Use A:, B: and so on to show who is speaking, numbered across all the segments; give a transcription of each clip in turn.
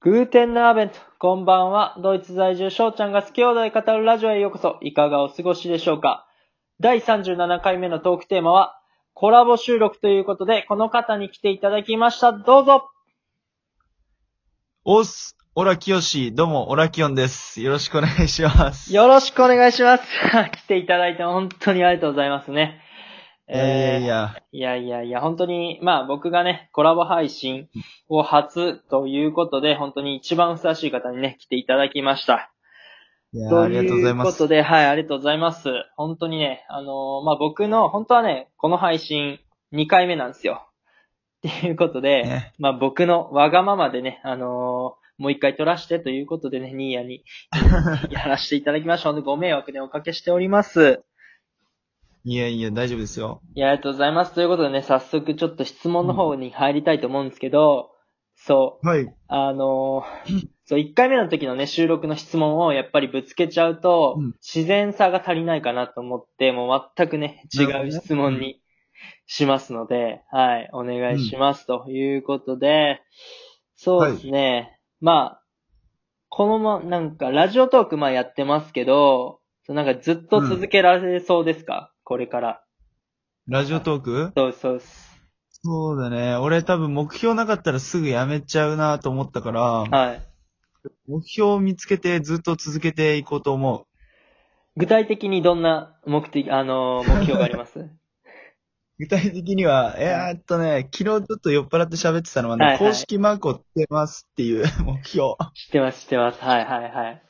A: グーテンナーベント、こんばんは。ドイツ在住、翔ちゃんが好き放題語るラジオへようこそ。いかがお過ごしでしょうか第37回目のトークテーマは、コラボ収録ということで、この方に来ていただきました。どうぞ
B: おっす、オラキヨシ、どうも、オラキヨンです。よろしくお願いします。
A: よろしくお願いします。 来ていただいて本当にありがとうございますね。
B: いやいやいや、
A: いやいやいや、本当に、まあ僕がね、コラボ配信を初ということで、本当に一番ふさわしい方にね、来ていただきました。
B: いやありがとうございま
A: というこ
B: す。
A: とで、はい、ありがとうございます。本当にね、あのーまあ僕の、本当はね、この配信2回目なんですよ。 っていうことで、
B: ね
A: まあ僕のわがままでね、あのーもう一回撮らしてということでね、ニーヤ にやらせていただきました。本当ご迷惑ね、おかけしております。
B: いやいや、大丈夫ですよ。
A: いや、ありがとうございます。ということでね、早速ちょっと質問の方に入りたいと思うんですけど、そう、
B: はい。
A: あのーそう、1回目の時のね、収録の質問をやっぱりぶつけちゃうと、
B: うん
A: 自然さが足りないかなと思って、もう全くね、違
B: なるほど
A: う
B: ね
A: 質問にしますので、はい、お願いします。ということで、そうですね、まあ、このま、なんか、ラジオトークまあやってますけど、そうなんかずっと続けられそうですか、これから。
B: ラジオトーク
A: そうそうです。
B: そうだね。俺多分目標なかったらすぐやめちゃうなと思ったから、
A: はい。
B: 目標を見つけてずっと続けていこうと思
A: 具体的にどんな目的、あのー、目標がありますは
B: う。具体的には、えーっとね、昨日ちょっと酔っ払って喋ってたのはね、
A: はいはい
B: 公式マークをつけますっていう 目標。
A: 知ってます、知ってます。はい、はい、はい。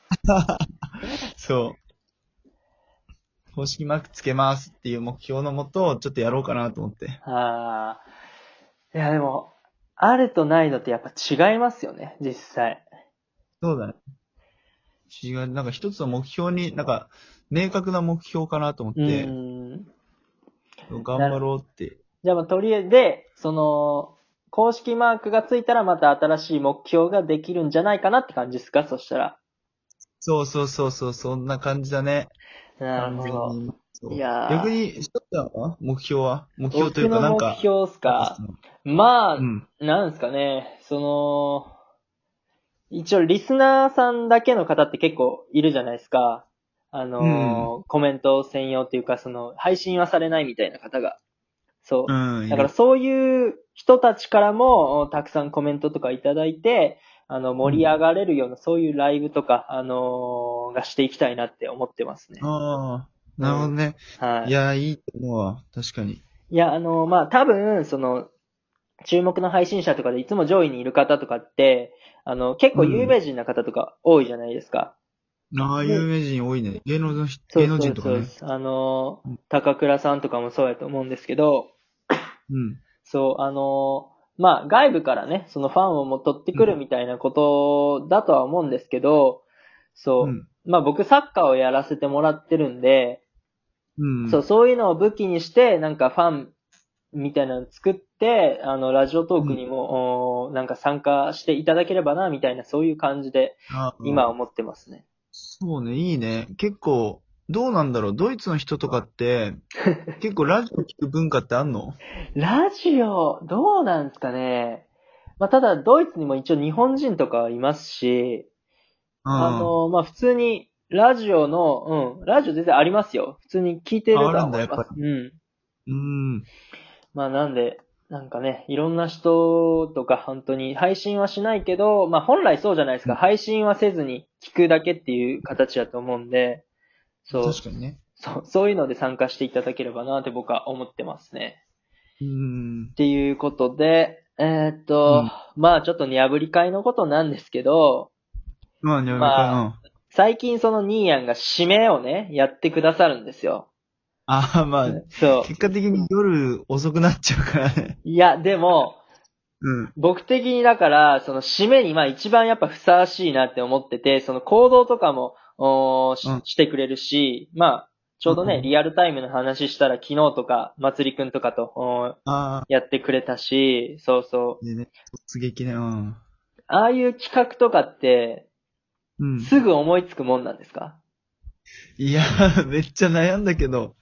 B: そう。公式マークつけますっていう目標のもと、ちょっとやろうかなと思って。
A: あーいや、でも、あるとないのってやっぱ違いますよね、実際。
B: そうだね。違う、なんか一つの目標に、なんか、明確な目標かなと思っ
A: う
B: て、
A: ーん。
B: 頑張ろうって。
A: じゃあ、まあ、とりあえず、で、その、公式マークがついたらまた新しい目標ができるんじゃないかなって感じですかそしたら。
B: そうそうそうそう、そんな感じだね。
A: なるほ
B: 完
A: ど。
B: 全にそう
A: いやー
B: 逆に、しとったは目標は目標とい
A: 僕
B: うか、な
A: の目
B: んか、
A: 標っすか。まあ、
B: うん。
A: なんですかね、その、一応リスナーさんだけの方って結構いるじゃないですか。あのーコメント専用っていうか、その、配信はされないみたいな方が。そうう。
B: ん。
A: だからそういう人たちからも、たくさんコメントとかいただいて、あの、盛り上がれるような、そういうライブとか、あのーがしていきたいなって思ってますね。
B: ああ、なるほどね。
A: はい。
B: いやー、いいと思うわ。確かに。
A: いや、あの、まあ、多分、その、注目の配信者とかでいつも上位にいる方とかって、あの、結構有名人な方とか多いじゃないですか。
B: ああ、
A: ね
B: 有名人多いね。芸能の人芸能人とか
A: そう
B: ね
A: で。す。あの、高倉さんとかもそうやと思うんですけど、
B: うん。
A: そう、あの、まあ、外部からね、そのファンをも取ってくるみたいなことだとは思うんですけど、そう、
B: うん
A: まあ、僕サッカーをやらせてもらってるんで、
B: うん。
A: そう、そういうのを武器にして、なんかファンみたいなの作って、あの、ラジオトークにも、おーなんか参加していただければな、みたいな、そういう感じで、
B: あー
A: 今思ってますね。
B: そうね、いいね。結構、どうなんだろうドイツの人と かって、結構ラジオ聞く文化ってあんの
A: ラジオ、どうなんですかね。まあ、ただ、ドイツにも一応日本人とかはいますし、あの、まあ、普通に、ラジオの、うん、ラジオ全然ありますよ。普通に聞いてるとは思い
B: ああるんだや
A: ま
B: っ
A: す
B: ぱ。
A: うん。
B: うん。うん。
A: まあなんで、なんかね、いろんな人とか本当に配信はしないけど、まあ本来そうじゃないですか、配信はせずに聞くだけっていう形だと思うんで、そう、
B: 確かにね。
A: そう、そういうので参加していただければなって僕は思ってますね。
B: うん
A: っ。ていうことで、えーっと、まあちょっとにやぶり会のことなんですけど、
B: まあ、にゃみ
A: ま
B: かうん。
A: 最近そのニーヤンが締めをね、やってくださるんですよ。
B: ああ、ま
A: そ
B: あ、結果的に夜遅くなっちゃうからね。
A: う。いや、でも、
B: うん。
A: 僕的にだから、その締めにまあ一番やっぱふさわしいなって思ってて、その行動とかも、おーし
B: うん
A: してくれるし、まあ、ちょうど
B: う
A: ね、
B: ん
A: リアルタイムの話したら昨日とか、まつりくんとかと、おー
B: ああ、
A: やってくれたし、そうそう。
B: でね、突撃ね。うん。
A: ああいう企画とかって、
B: うん。
A: すぐ 思いつくもんなんですか
B: いや、めっちゃ悩んだけど、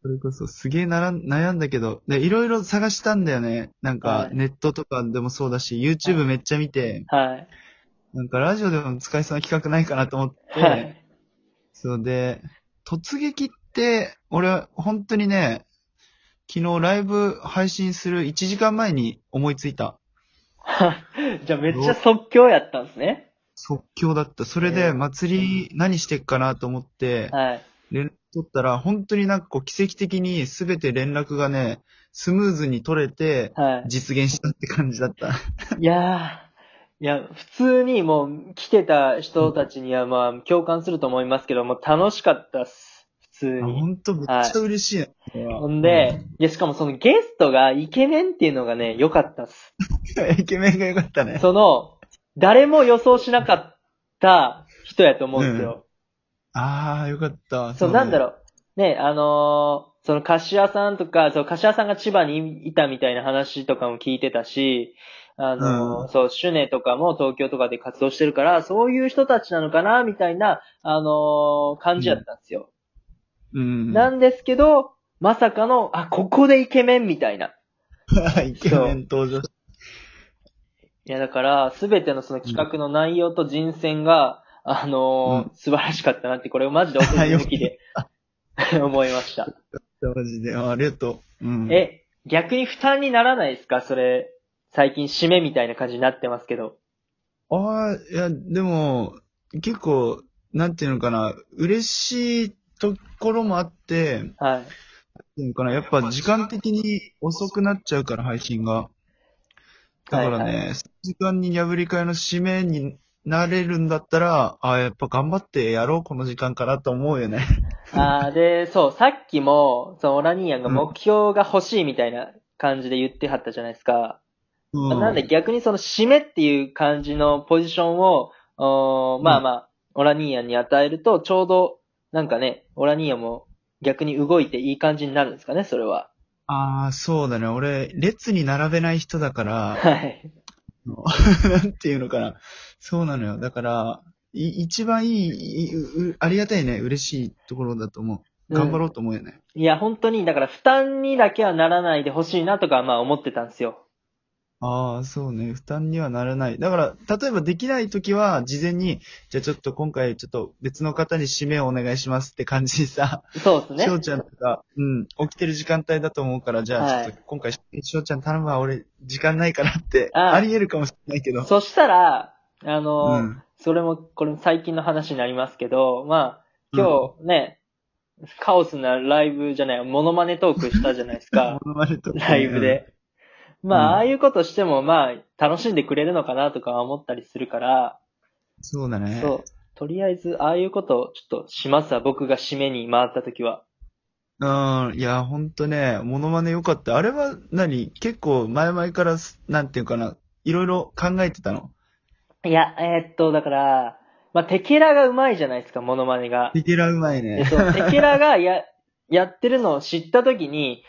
B: それこそすげえなら悩んだけど、で、いろいろ探したんだよね。なん
A: は
B: か
A: い
B: ネットとかでもそうだし、YouTube めっちゃ見て、
A: はい。
B: なんかラジオでも使えそうな企画ないかなと思って、
A: はい。
B: そうで、突撃って、俺、本当にね、昨日ライブ配信する1時間前に思いついた。
A: じゃあめっちゃ即興やったんですね。
B: 即興だった。それ
A: え
B: で
A: ー
B: 祭り何してっかなと思って、
A: はい。
B: 連絡取ったら、本当になんかこう奇跡的に全て連絡がね、スムーズに取れて、
A: はい。
B: 実現したって感じだった。
A: いやー、いや、普通にもう来てた人たちにはまあ共感すると思いますけども、楽しかったっす。普通に。
B: 本当めっちゃ嬉しいな、これは
A: ほんで、いや、しかもそのゲストがイケメンっていうのがね、良かったっす。
B: イケメンが良かったね。
A: その、誰も予想しなかった人やと思うんですよ。
B: ああ、良かった。
A: そう、なんだろう。ね、あのーその、柏さんとか、そう、柏さんが千葉にいたみたいな話とかも聞いてたし、あのー
B: う
A: そう、シュネとかも東京とかで活動してるから、そういう人たちなのかな、みたいな、あのー感じやったんですよ。
B: う。うん。
A: なんですけど、まさかの、あ、ここでイケメンみたいな。
B: イケメン登場し
A: いや、だから、すべてのその企画の内容と人選が、あのー
B: う
A: 素晴らしかったなって、これをマジでお気づきで思いました。
B: た。マジで。あありがとう。うん。
A: え、逆に負担にならないですかそれ、最近締めみたいな感じになってますけど。
B: ああ、いや、でも、結構、なんていうのかな、嬉しいところもあって、なん
A: はい。
B: ていうのかな、やっぱ時間的に遅くなっちゃうから、配信が。だからね、
A: はい
B: 時間に破り会の締めになれるんだったら、ああ、やっぱ頑張ってやろう、この時間かなと思う よね。
A: あーで、そう、さっきも、そのオラニーヤンが目標が欲しいみたいな感じで言ってはったじゃないですか。
B: う
A: なんで逆にその締めっていう感じのポジションを、おーまあまあ、オラニーヤンに与えると、ちょうど、なんかね、オラニーヤンも逆に動いていい感じになるんですかね、それは。
B: ああ、そうだね。俺、列に並べない人だから、
A: はい。
B: なんていうのかな。そうなのよ。だから、い一番いいいううありがたいね、嬉しいところだと思う。頑張ろうと思うよね。
A: いや、本当に、だから負担にだけはならないでほしいなとか、まあ思ってたんですよ。
B: ああ、そうね。負担にはならない。だから、例えばできないときは、事前に、じゃあちょっと今回、ちょっと別の方に締めをお願いしますって感じでさ、
A: そうですね。
B: 翔ちゃんとか、うん、起きてる時間帯だと思うから、じゃ
A: は
B: あ
A: い
B: ちょっと今回、翔ちゃん頼むわ、俺、時間ないからって、
A: ああ
B: あり得るかもしれないけど。
A: そしたら、あのー
B: うん。
A: それも、これも最近の話になりますけど、まあ、今日ね、カオスなライブじゃない、モノマネトークしたじゃないですか
B: モノマネと
A: ライブで。まあ、ああいうことしても、まあ、楽しんでくれるのかなとかは思ったりするから、
B: そうだね。
A: そう。とりあえず、ああいうことをちょっとしますわ、僕が締めに回った時は。
B: うん、いや、ほんとね、モノマネ良かった。あれは何結構前々からす、なんていうかな、いろいろ考えてたの。
A: いや、えーっと、だから、まあ、テケラがうまいじゃないですか、モノマネが。
B: テケラうまい
A: で、
B: ね。
A: そう、テケラがや、 やってるのを知ったときに、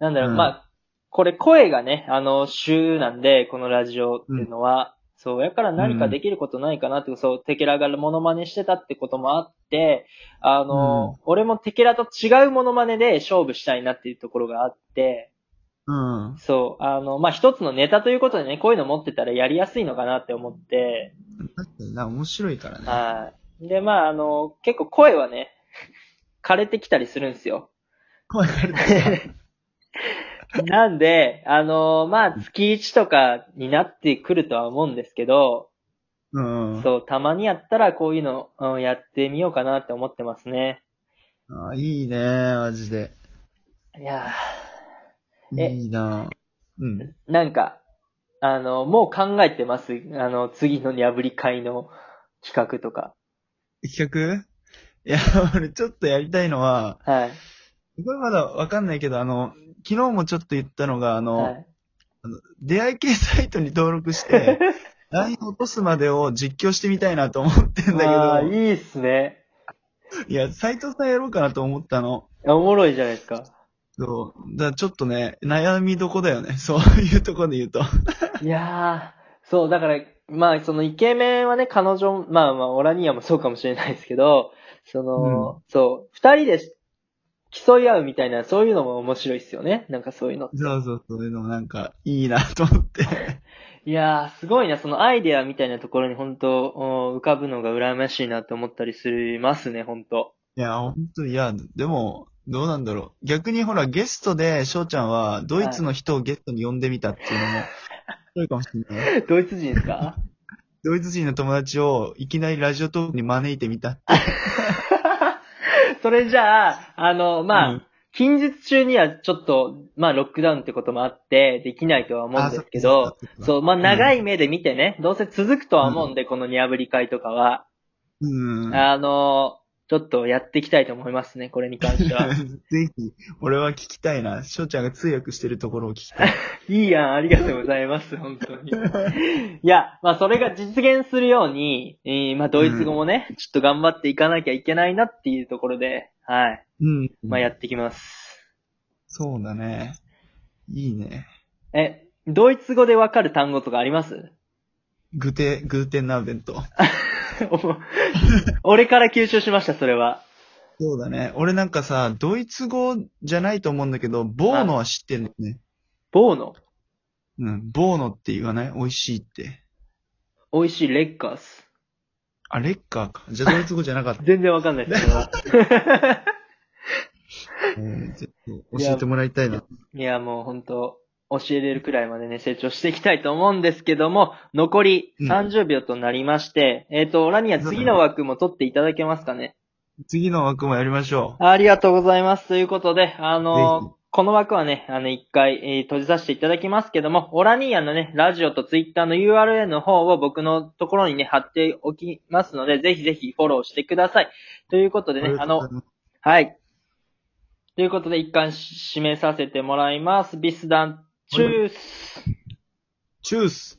A: なんだろう、
B: うん
A: まあ、これ声がね、あの、週なんで、このラジオっていうのは、そう、やから何かできることないかなって、そう、テケラがモノマネしてたってこともあって、あの、俺もテケラと違うモノマネで勝負したいなっていうところがあって、
B: うん。
A: そう、あの、まあ、一つのネタということでね、こういうの持ってたらやりやすいのかなって思って、
B: だってな、面白いからね。
A: はい。で、まあ、あの、結構声はね、枯れてきたりするんですよ。
B: 声が出てき
A: なんで、あのーまあ、月1とかになってくるとは思うんですけど、
B: た。うん。
A: そう、たまにやったらこういうの、うん、やってみようかなって思ってますね。
B: あいいね、マジで。
A: いやえ
B: いいなうん。
A: ーなんか、あのーもう考えてます。あの、次のにゃぶり会の企画とか。
B: 企画いや、 俺ちょっとやりたいのは、
A: はい。
B: これまだわかんないけど、あの、昨日もちょっと言ったのが、あの、
A: はい、
B: 出会い系サイトに登 録して、LINE 落とすまでを実況してみたいなと思ってん
A: まあ
B: だ
A: い
B: けど、
A: いっすね。
B: いや、斎藤さんやろうかなと思ったの。
A: おもろいじゃないですか。
B: そう。だからちょっとね、悩みどこだよね。そういうとこで言うと。
A: いやー、そう、だから、まあ、そのイケメンはね、彼女も、 まあまあ、オラニアもそうかもしれないですけど、その、そう、二人で競い合うみたいな、そういうのも面白いっすよね。なんかそういうの。
B: そうそう、そういうのもなんか、いいなと思って。
A: いやー、すごいな。そのアイデアみたいなところに本当お浮かぶのが羨ましいなって思ったりしますね、本当
B: いや、本当いや、でも、どうなんだろう。逆にほら、ゲストで、翔ちゃんは、ドイツの人をゲストに呼んでみたっていうのも、そういうかもしれない。
A: ドイツ人ですか
B: ドイツ人の友達を、いきなりラジオトークに招いてみた。
A: それじゃあ、あの、まあ、
B: うん
A: 近日中にはちょっと、まあ、ロックダウンってこともあって、できないとは思うんですけ
B: あ
A: ど、
B: そっかそっか
A: そう、まあ、
B: うん
A: 長い目で見てね、どうせ続くとは思うんで、このニャブリ会とかは、
B: うん。
A: あの、ちょっとやっていきたいと思いますね、これに関しては。
B: ぜひ、俺は聞きたいな。翔ちゃんが通訳してるところを聞きたい。
A: いいやん、ありがとうございます、本当 に。いや、まあ、それが実現するように、えーまあ、ドイツ語もね、ちょっと頑張っていかなきゃいけないなっていうところで、はい。
B: うん。
A: まあ、やってきます。
B: そうだね。いいね。
A: え、ドイツ語でわかる単語とかあります
B: グテ、グーテンナーベント。
A: お俺から吸収しました、それは。
B: そうだね。俺なんかさ、ドイツ語じゃないと思うんだけど、ボーノは知ってんだよね。
A: ボーノ、
B: うん。ボーノって言わない美味しいって。
A: 美味しいレッカース。
B: あ、レッカーか。じゃあドイツ語じゃな かった。
A: 全然わかんないです、それは。
B: えーちょっと教えてもらいたいな。
A: いや、もう本当教えれるくらいまでね、成長していきたいと思うんですけども、残り
B: うん
A: 30秒となりまして、えっ、と、ラニア、次の枠も取っていただけますかね。
B: 次の枠もやりましょ
A: ありがとうございます。ということで、あ
B: ぜ
A: のこの枠はね、あの、一回、えー閉じさせていただきますけども、オラニーヤのね、ラジオとツイッターの URL の方を僕のところにね、貼っておきますので、ぜひぜひフォローしてください。ということ
B: う。
A: でね、あ
B: りがと
A: の
B: うござい、ます
A: はい。ということで、一貫し締めさせてもらいます。ビスダン、チュース。
B: チュース